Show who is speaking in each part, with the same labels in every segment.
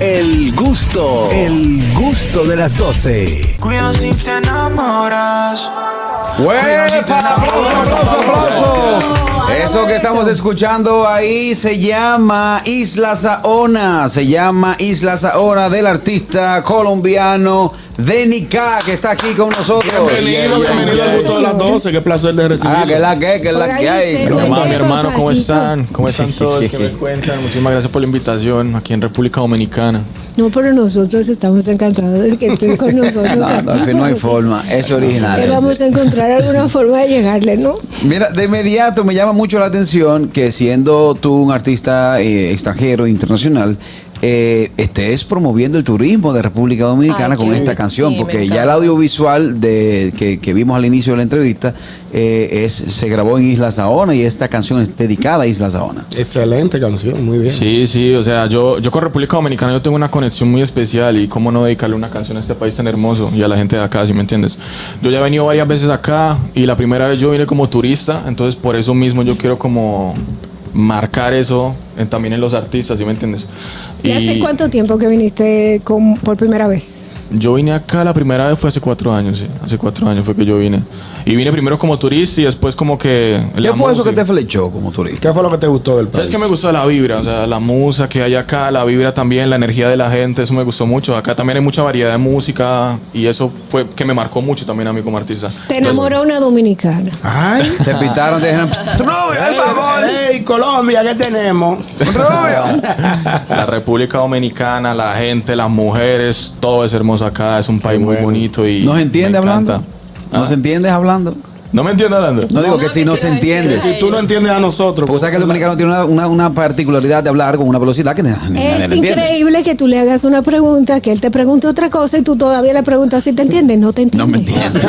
Speaker 1: El gusto, el gusto de las 12.
Speaker 2: Cuidado si te enamoras.
Speaker 3: ¡Huepa! ¡Aplauso, aplauso, aplauso! Eso que estamos escuchando ahí se llama Isla Saona. Se llama Isla Saona del artista colombiano Denny K, que está aquí con nosotros.
Speaker 4: Bienvenido, bienvenido al gusto de las 12. Qué placer de recibir.
Speaker 3: Ah, que la que, que la que hay.
Speaker 4: Mi hermano, mi
Speaker 5: Quiero
Speaker 4: hermano, ¿cómo
Speaker 5: pancito.
Speaker 4: están? ¿Cómo están todos? ¿Qué me cuentan? Muchísimas gracias por la invitación aquí en República Dominicana.
Speaker 5: No, pero nosotros estamos encantados de que estén con nosotros.
Speaker 3: No,
Speaker 5: aquí,
Speaker 3: no, al fin no hay
Speaker 5: porque
Speaker 3: forma, es
Speaker 5: siempre
Speaker 3: original.
Speaker 5: Vamos a encontrar alguna forma de llegarle, ¿no?
Speaker 3: Mira, de inmediato me llama mucho la atención que siendo tú un artista eh, extranjero, internacional, eh, estés promoviendo el turismo de República Dominicana
Speaker 6: Ay,
Speaker 3: con
Speaker 6: qué
Speaker 3: esta
Speaker 6: bien.
Speaker 3: canción,
Speaker 6: Sí, me
Speaker 3: porque
Speaker 6: encanta.
Speaker 3: ya el audiovisual de, que, que vimos al inicio de la entrevista eh, es, se grabó en Isla Saona y esta canción es dedicada a Isla Saona.
Speaker 4: Excelente canción, muy bien. Sí, sí, o sea, yo, yo con República Dominicana yo tengo una conexión muy especial y cómo no dedicarle una canción a este país tan hermoso y a la gente de acá, si me entiendes. Yo ya he venido varias veces acá y la primera vez yo vine como turista, entonces por eso mismo yo quiero como marcar eso en- también en los artistas, si me entiendes.
Speaker 5: ¿Y hace cuánto tiempo que viniste con- por primera vez?
Speaker 4: Yo vine acá la primera vez fue hace cuatro años, sí. Hace cuatro años fue que yo vine. Y vine primero como turista y después como que...
Speaker 3: ¿Qué fue eso que te flechó como turista?
Speaker 7: ¿Qué fue lo que te gustó del país?
Speaker 4: ¿Sabes que me gustó la vibra? O sea, la música que hay acá, la vibra también, la energía de la gente, eso me gustó mucho. Acá también hay mucha variedad de música y eso fue que me marcó mucho también a mí como artista.
Speaker 5: Te enamoró una dominicana.
Speaker 7: Ay,
Speaker 3: Te pitaron, te dijeron, "Psst, Rubio, al favor,
Speaker 7: ¡Ey, Colombia, qué tenemos!
Speaker 3: Rubio".
Speaker 4: La República Dominicana, la gente, las mujeres, todo es hermoso acá, es un país muy bonito y...
Speaker 3: ¿Nos entiende
Speaker 4: me
Speaker 3: hablando?
Speaker 4: encanta.
Speaker 3: ¿Nos entiendes hablando?
Speaker 4: ¿No me entiende hablando?
Speaker 3: No digo
Speaker 6: No,
Speaker 3: que si
Speaker 6: que
Speaker 3: nos
Speaker 6: si nos
Speaker 3: entiendes.
Speaker 7: Si
Speaker 6: entiendes.
Speaker 7: tú no entiendes a nosotros,
Speaker 3: Porque sabes que el dominicano tiene una, una, una particularidad de hablar con una velocidad que na- na- nadie
Speaker 5: Es
Speaker 3: le entiende.
Speaker 5: increíble que tú le hagas una pregunta, que él te pregunte otra cosa y tú todavía le preguntas si te entiende. No te entiende.
Speaker 3: No me entiende.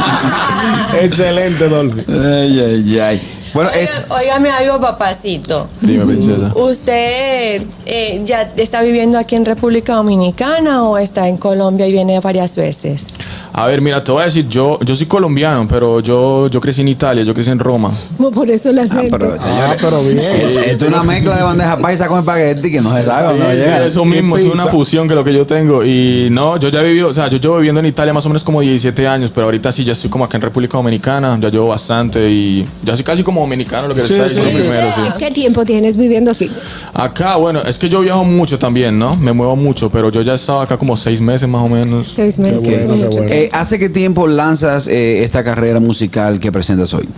Speaker 7: excelente, Dolby.
Speaker 3: ay, ay, ay. Bueno, es-
Speaker 6: Oiga- Óigame algo, papacito.
Speaker 4: Dime, princesa.
Speaker 6: ¿Usted eh, ya está viviendo aquí en República Dominicana o está en Colombia y viene varias veces?
Speaker 4: A ver, mira, te voy a decir, yo, yo soy colombiano, pero yo, yo crecí en Italia, yo crecí en Roma.
Speaker 5: Como Por eso el
Speaker 3: ah,
Speaker 5: acento.
Speaker 3: pero, señores,
Speaker 7: Ah, pero bien.
Speaker 3: esto es una mezcla de bandeja paisa con espagueti que no se
Speaker 7: Ah,
Speaker 3: sabe dónde va a
Speaker 4: Sí,
Speaker 3: llegar.
Speaker 4: eso mismo, es
Speaker 7: pizza.
Speaker 4: una fusión que lo que yo tengo. Y no, yo ya he vivido, o sea, yo llevo viviendo en Italia más o menos como 17 años, pero ahorita sí ya estoy como acá en República Dominicana, ya llevo bastante y ya soy casi como dominicano, lo que les
Speaker 7: Sí,
Speaker 4: estaba
Speaker 7: sí,
Speaker 4: diciendo
Speaker 7: sí.
Speaker 4: primero, sí.
Speaker 5: ¿Qué tiempo tienes viviendo aquí?
Speaker 4: Acá, bueno, es que yo viajo mucho también, ¿no? Me muevo mucho, pero yo ya he estado acá como seis meses más o menos.
Speaker 5: Seis meses.
Speaker 7: bueno,
Speaker 5: es
Speaker 7: qué
Speaker 5: mucho
Speaker 7: bueno.
Speaker 5: tiempo.
Speaker 3: Eh, ¿Hace qué tiempo lanzas eh, esta carrera musical que presentas hoy?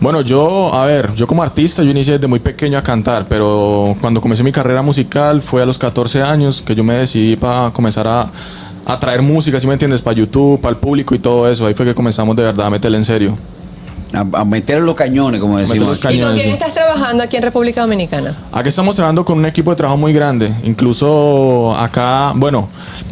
Speaker 4: Bueno, yo, a ver, yo como artista, yo inicié desde muy pequeño a cantar, pero cuando comencé mi carrera musical fue a los 14 años que yo me decidí para comenzar a, a traer música, si me entiendes? Para YouTube, para el público y todo eso. Ahí fue que comenzamos de verdad a meterle en serio.
Speaker 3: A, a meter los cañones, como
Speaker 4: meter
Speaker 3: decimos.
Speaker 4: los
Speaker 3: aquí.
Speaker 6: ¿Y con
Speaker 4: Cañones,
Speaker 6: quién
Speaker 4: sí.
Speaker 6: estás trabajando aquí en República Dominicana?
Speaker 4: Aquí estamos trabajando con un equipo de trabajo muy grande. Incluso acá, bueno,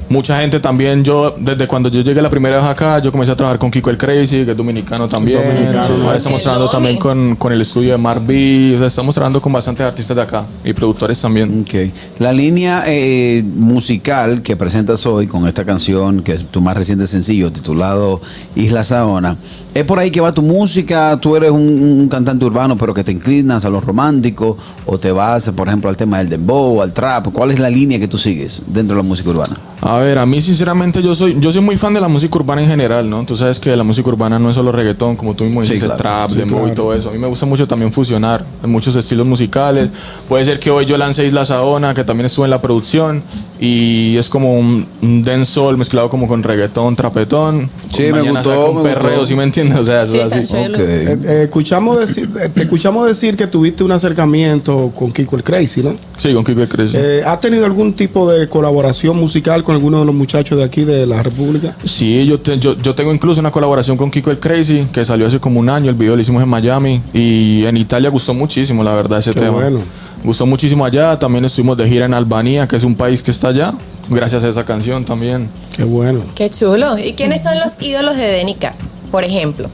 Speaker 4: mucha gente también. Yo, desde cuando yo llegué la primera vez acá, yo comencé a trabajar con Kiko el Crazy, que es dominicano también.
Speaker 7: Dominicano.
Speaker 4: Sí, Ahora estamos
Speaker 6: Qué
Speaker 4: trabajando
Speaker 6: lobby.
Speaker 4: también con, con el estudio de Marv B. O sea, estamos trabajando con bastantes artistas de acá y productores también.
Speaker 3: Ok. La línea eh, musical que presentas hoy con esta canción, que es tu más reciente sencillo, titulado Isla Saona, ¿es por ahí que va tu música? ¿Tú eres un, un cantante urbano, pero que te inclinas a lo romántico? ¿O te vas, por ejemplo, al tema del dembow, al trap? ¿Cuál es la línea que tú sigues dentro de la música urbana?
Speaker 4: A ver, a mí sinceramente yo soy yo soy muy fan de la música urbana en general, ¿no? Tú sabes que la música urbana no es solo reggaetón, como tú mismo
Speaker 3: Sí,
Speaker 4: dijiste,
Speaker 3: claro.
Speaker 4: trap, dembow y todo eso. A mí me gusta mucho también fusionar en muchos estilos musicales. Puede ser que hoy yo lance Isla Saona, que también estuve en la producción y es como un, un dancehall mezclado como con reggaetón, trapetón.
Speaker 3: Sí, me
Speaker 4: Mañana
Speaker 3: gustó,
Speaker 4: saco un
Speaker 3: me
Speaker 4: perreo,
Speaker 3: gustó.
Speaker 4: ¿sí me entiendes? O sea, eso
Speaker 6: Sí,
Speaker 4: es
Speaker 6: está
Speaker 4: así.
Speaker 6: chulo.
Speaker 7: Eh, eh, escuchamos decir, eh, te escuchamos decir que tuviste un acercamiento con Kiko el Crazy, ¿no?
Speaker 4: Sí, con Kiko el Crazy.
Speaker 7: Eh, ¿Has tenido algún tipo de colaboración musical con alguno de los muchachos de aquí de la República?
Speaker 4: Sí, yo, te- yo, yo tengo incluso una colaboración con Kiko el Crazy, que salió hace como un año, el video lo hicimos en Miami y en Italia gustó muchísimo, la verdad, ese
Speaker 7: Qué
Speaker 4: tema.
Speaker 7: bueno.
Speaker 4: Gustó muchísimo allá, también estuvimos de gira en Albania, que es un país que está allá, gracias a esa canción también.
Speaker 7: Qué bueno.
Speaker 6: Qué chulo. ¿Y quiénes son los ídolos de Denica, por ejemplo?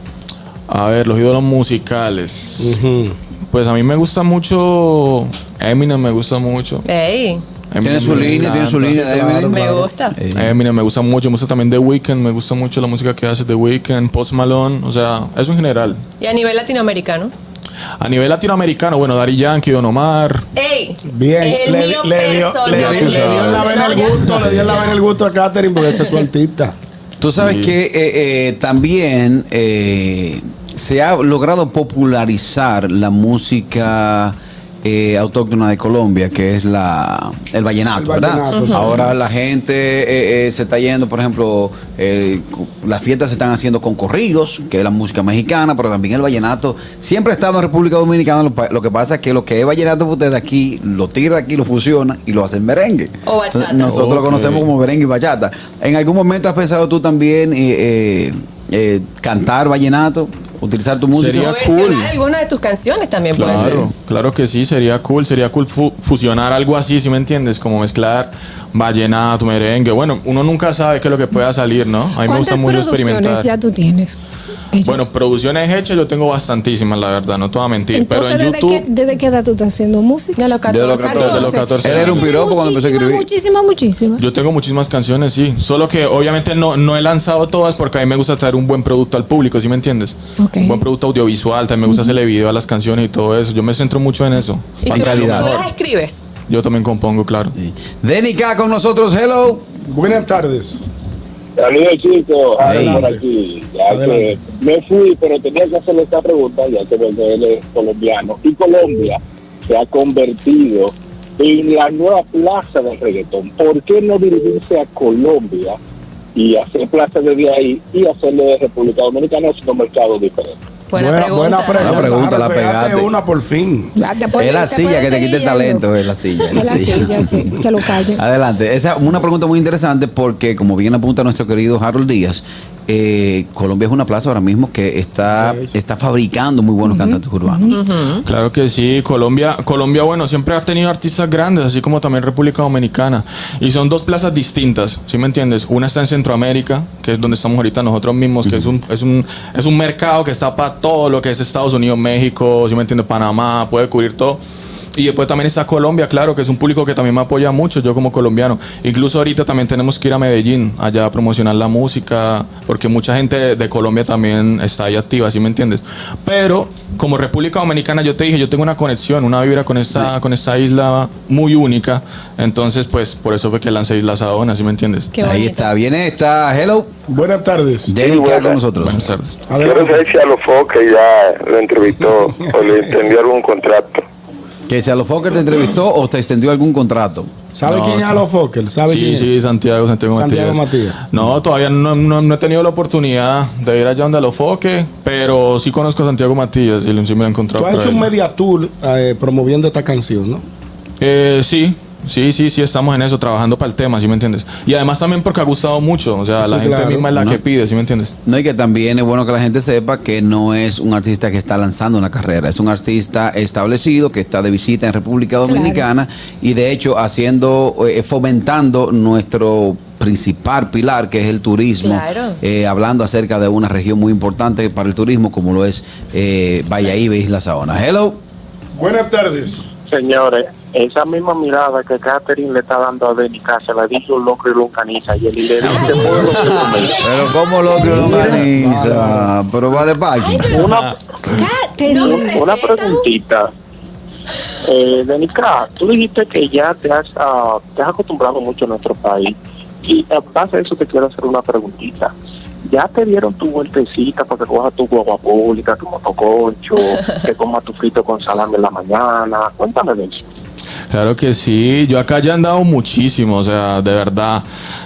Speaker 4: A ver, los ídolos musicales.
Speaker 7: Ujú.
Speaker 4: Pues a mí me gusta mucho, Eminem me gusta mucho.
Speaker 6: Ey,
Speaker 4: Eminem
Speaker 3: Tiene su
Speaker 4: me
Speaker 3: línea, tiene su
Speaker 4: encanta.
Speaker 3: línea de Eminem.
Speaker 6: me gusta.
Speaker 7: Eh.
Speaker 4: Eminem me gusta mucho, me gusta también The Weeknd, me gusta mucho la música que hace The Weeknd, Post Malone, o sea, eso en general.
Speaker 6: ¿Y a nivel latinoamericano?
Speaker 4: A nivel latinoamericano, bueno, Dari Yankee, Don Omar,
Speaker 6: ¡Ey! Sí.
Speaker 7: Bien,
Speaker 6: El
Speaker 7: le, le
Speaker 6: mío
Speaker 7: dio, le dio-
Speaker 6: personal.
Speaker 7: le dio en la vena el gusto, le dio en la vena el gusto a Katherine porque esa es su artista.
Speaker 3: Tú sabes
Speaker 4: Sí.
Speaker 3: que eh, eh, también eh, se ha logrado popularizar la música eh, autóctona de Colombia, que es la el vallenato,
Speaker 7: El
Speaker 3: ¿verdad?
Speaker 7: vallenato, sí.
Speaker 3: Ahora la gente eh, eh, se está yendo, por ejemplo, eh, cu- las fiestas se están haciendo con corridos, que es la música mexicana, pero también el vallenato. Siempre ha estado en República Dominicana, lo, pa- lo que pasa es que lo que es vallenato para ustedes de aquí, lo tira de aquí, lo fusiona y lo hacen merengue.
Speaker 6: O bachata.
Speaker 3: Nosotros lo
Speaker 4: Ok.
Speaker 3: conocemos como como merengue y bachata. ¿En algún momento has pensado tú también eh, eh, eh, cantar vallenato? Utilizar tu música.
Speaker 4: Sería
Speaker 6: O versionar alguna de tus canciones también puede ser.
Speaker 4: Claro, claro que sí, sería cool, sería cool fu- fusionar algo así, si me entiendes, como mezclar vallenato, merengue. Bueno, uno nunca sabe qué es lo que pueda salir, ¿no? Eh, A mí me gusta
Speaker 5: ¿Cuántas
Speaker 4: mucho
Speaker 5: producciones
Speaker 4: experimentar.
Speaker 5: ya tú tienes? Ellos.
Speaker 4: Bueno, producciones hechas yo tengo bastantísimas, la verdad, no te voy a mentir.
Speaker 5: entonces,
Speaker 4: pero en
Speaker 5: ¿desde,
Speaker 4: YouTube,
Speaker 5: qué, ¿desde qué edad tú estás haciendo música?
Speaker 6: De los 14.
Speaker 3: los 14,
Speaker 4: de los 14.
Speaker 3: Él era un piropo cuando empezó a escribir.
Speaker 5: Muchísimas, muchísimas.
Speaker 4: yo tengo muchísimas canciones, sí. Solo que obviamente no, no he lanzado todas porque a mí me gusta traer un buen producto al público, ¿sí me entiendes?
Speaker 5: Ok.
Speaker 4: Un buen producto audiovisual, también me gusta hacerle video a las canciones y todo eso. Yo me centro mucho en eso.
Speaker 6: Y
Speaker 4: para que
Speaker 6: tú,
Speaker 4: lo
Speaker 3: calidad.
Speaker 6: tú
Speaker 4: mejor.
Speaker 6: las escribes.
Speaker 4: Yo también compongo, claro.
Speaker 3: Denica con nosotros, hello.
Speaker 7: Buenas tardes.
Speaker 8: Saludos chicos,
Speaker 3: Ahí.
Speaker 8: Ahora por aquí. Ya
Speaker 7: Adelante.
Speaker 8: que me fui, pero tenía que hacerle esta pregunta, ya que él es colombiano. Y Colombia se ha convertido en la nueva plaza del reggaetón. ¿Por qué no dirigirse a Colombia y hacer plaza desde ahí y hacerle de República Dominicana un mercado diferente?
Speaker 6: Buena, pregunta.
Speaker 3: Buena pregunta, la
Speaker 7: Claro,
Speaker 3: pegaste.
Speaker 7: una por fin.
Speaker 5: Ya, Ah, te puedes-
Speaker 3: Es la
Speaker 5: te
Speaker 3: silla
Speaker 5: puedes
Speaker 3: que te
Speaker 5: seguir
Speaker 3: quita el
Speaker 5: yendo.
Speaker 3: talento, es la silla. Ah, es
Speaker 5: Es la silla, sí, que lo calle.
Speaker 3: Adelante. Esa es una pregunta muy interesante porque, como bien apunta nuestro querido Harold Díaz, eh, Colombia es una plaza ahora mismo que está, está fabricando muy buenos cantantes urbanos.
Speaker 4: Claro que sí, Colombia, Colombia, bueno, siempre ha tenido artistas grandes, así como también República Dominicana. Y son dos plazas distintas, ¿sí me entiendes? Una está en Centroamérica, que es donde estamos ahorita nosotros mismos, que es un, es un, es un mercado que está para todo lo que es Estados Unidos, México, ¿sí me entiendes? Panamá, puede cubrir todo. Y después también está Colombia, claro, que es un público que también me apoya mucho, yo como colombiano. Incluso ahorita también tenemos que ir a Medellín, allá a promocionar la música, porque mucha gente de, de Colombia también está ahí activa, ¿sí me entiendes? Pero como República Dominicana, yo te dije, yo tengo una conexión, una vibra con esta, con esta isla muy única. Entonces, pues por eso fue que lancé Isla Sabona, ¿sí me entiendes?
Speaker 6: Qué
Speaker 3: Ahí
Speaker 6: bonito.
Speaker 3: está, viene esta, hello.
Speaker 7: Buenas tardes.
Speaker 3: Denica
Speaker 8: buena.
Speaker 3: con nosotros.
Speaker 4: Buenas tardes.
Speaker 8: Quiero
Speaker 7: Adelante.
Speaker 8: saber si a los que ya lo entrevistó o le entendió algún contrato.
Speaker 3: Que si a los Fokker te entrevistó o te extendió algún contrato.
Speaker 7: ¿Sabe
Speaker 4: No,
Speaker 7: quién es
Speaker 4: tú-
Speaker 7: Alo Fokker? ¿Sabe
Speaker 4: Sí,
Speaker 7: quién es?
Speaker 4: sí, Santiago, Santiago,
Speaker 7: Santiago
Speaker 4: Matías.
Speaker 7: Matías.
Speaker 4: No, todavía no, no- no he tenido la oportunidad de ir allá donde lo foque, pero sí conozco a Santiago Matías y lo- sí me lo he encontrado.
Speaker 7: Tú has
Speaker 4: por
Speaker 7: hecho
Speaker 4: ahí.
Speaker 7: un media tour eh, promoviendo esta canción, ¿no?
Speaker 4: Eh, sí, sí, sí, sí, estamos en eso, trabajando para el tema, ¿sí me entiendes? Y además también porque ha gustado mucho, o sea,
Speaker 7: Sí,
Speaker 4: la gente
Speaker 7: claro.
Speaker 4: misma es la
Speaker 3: No.
Speaker 4: que pide, ¿sí me entiendes?
Speaker 3: No, y que también es bueno que la gente sepa que no es un artista que está lanzando una carrera, es un artista establecido que está de visita en República Dominicana y de hecho haciendo, eh, fomentando nuestro principal pilar que es el turismo,
Speaker 6: Claro.
Speaker 3: eh, hablando acerca de una región muy importante para el turismo como lo es eh, Valladolid, Isla Saona. Hello.
Speaker 7: Buenas tardes.
Speaker 8: Señores, esa misma mirada que Catherine le está dando a Denica se la dice un loco y un caniza y él le dice "Puedo lo que tú me dices".
Speaker 3: Pero ¿cómo lo que lo organiza? Pero vale, Paqui.
Speaker 8: Una,
Speaker 5: Ah,
Speaker 8: una preguntita. Eh, Denica, tú dijiste que ya te has, ah, te has acostumbrado mucho a nuestro país y en base a eso te quiero hacer una preguntita. ¿Ya te dieron tu vueltecita para que cojas tu guagua pública, tu motoconcho, que comas tu frito con salame en la mañana? Cuéntame de eso.
Speaker 4: Claro que sí, yo acá ya he andado muchísimo, o sea, de verdad.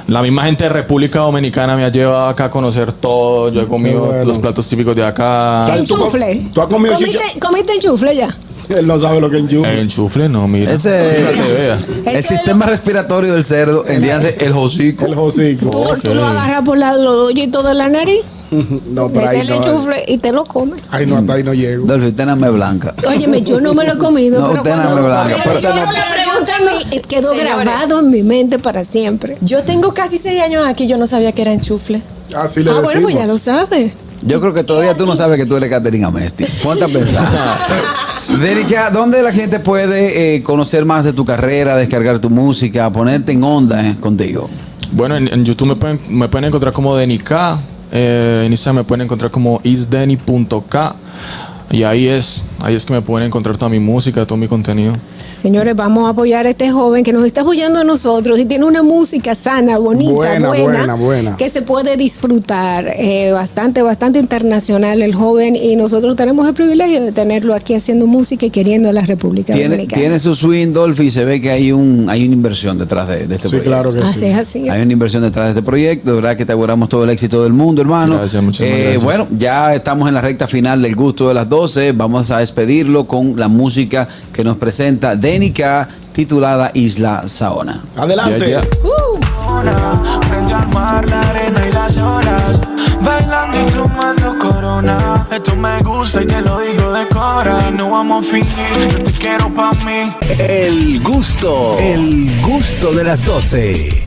Speaker 4: La misma gente de República Dominicana me ha llevado acá a conocer todo, yo he comido
Speaker 7: bueno.
Speaker 4: los platos típicos de acá.
Speaker 7: Tal- tú com-
Speaker 5: Enchufle.
Speaker 7: tú has comido
Speaker 5: Comiste-
Speaker 7: chicha-
Speaker 5: Comiste enchufle ya.
Speaker 7: Él no sabe lo que es yuca.
Speaker 4: El enchufle, no, mira.
Speaker 3: Ese-
Speaker 4: Mira, te vea.
Speaker 5: Ese
Speaker 3: El
Speaker 5: es
Speaker 3: sistema respiratorio del cerdo, el día de el hocico.
Speaker 7: El hocico.
Speaker 5: Tú, tú lo agarras por la, los hoyitos de la nariz,
Speaker 7: No, pero
Speaker 5: ves
Speaker 7: ahí
Speaker 5: el
Speaker 7: no.
Speaker 5: enchufle y te lo comes.
Speaker 7: Ahí no, hasta ahí no llego.
Speaker 3: Dolphy, usted no me blanca.
Speaker 5: Óyeme, yo no me lo he comido.
Speaker 3: No,
Speaker 5: pero
Speaker 3: usted
Speaker 5: cuando
Speaker 3: no me
Speaker 5: lo
Speaker 3: blanca,
Speaker 5: comí,
Speaker 3: pero-
Speaker 5: solo la pregunta me quedó
Speaker 6: Señores.
Speaker 5: grabado en mi mente para siempre.
Speaker 6: Yo tengo casi 6 años aquí, yo no sabía que era enchufle.
Speaker 7: Así le
Speaker 5: Ah, bueno, pues ya lo
Speaker 7: decimos.
Speaker 5: sabes.
Speaker 3: Yo creo que todavía tú no sabes que tú eres Catherine Amesti. Ponte a pensar. Derica, ¿dónde la gente puede eh, conocer más de tu carrera, descargar tu música, ponerte en onda eh, contigo?
Speaker 4: Bueno, en, en YouTube me pueden, me pueden encontrar como Denica. eh, en Instagram me pueden encontrar como isdenny.k. Y ahí es, Ahí es que me pueden encontrar toda mi música, todo mi contenido.
Speaker 5: Señores, vamos a apoyar a este joven que nos está apoyando a nosotros y tiene una música sana, bonita, buena,
Speaker 7: Buena, buena, buena.
Speaker 5: que se puede disfrutar. eh, bastante, bastante internacional el joven y nosotros tenemos el privilegio de tenerlo aquí haciendo música y queriendo a la República
Speaker 3: Tiene,
Speaker 5: Dominicana.
Speaker 3: tiene su swing, Dolphy, y se ve que hay un hay una inversión detrás de, de este
Speaker 7: Sí,
Speaker 3: proyecto.
Speaker 7: claro que
Speaker 5: Así
Speaker 7: sí.
Speaker 5: Ah, es, así es.
Speaker 3: Hay una inversión detrás de este proyecto, de verdad que te auguramos todo el éxito del mundo, hermano. Eh,
Speaker 4: Gracias, muchísimas gracias.
Speaker 3: Bueno, ya estamos en la recta final del gusto de las 12. Vamos a despedirlo con la música que nos presenta Denica, titulada Isla Saona.
Speaker 7: Adelante.
Speaker 4: Ya, ya.
Speaker 5: Uh.
Speaker 2: Corona, Frente al mar, la arena y las olas Bailando y tomando corona Esto me gusta y te lo digo de cora Y no vamos a fingir, yo te quiero pa' mí
Speaker 1: El gusto, el gusto de las 12.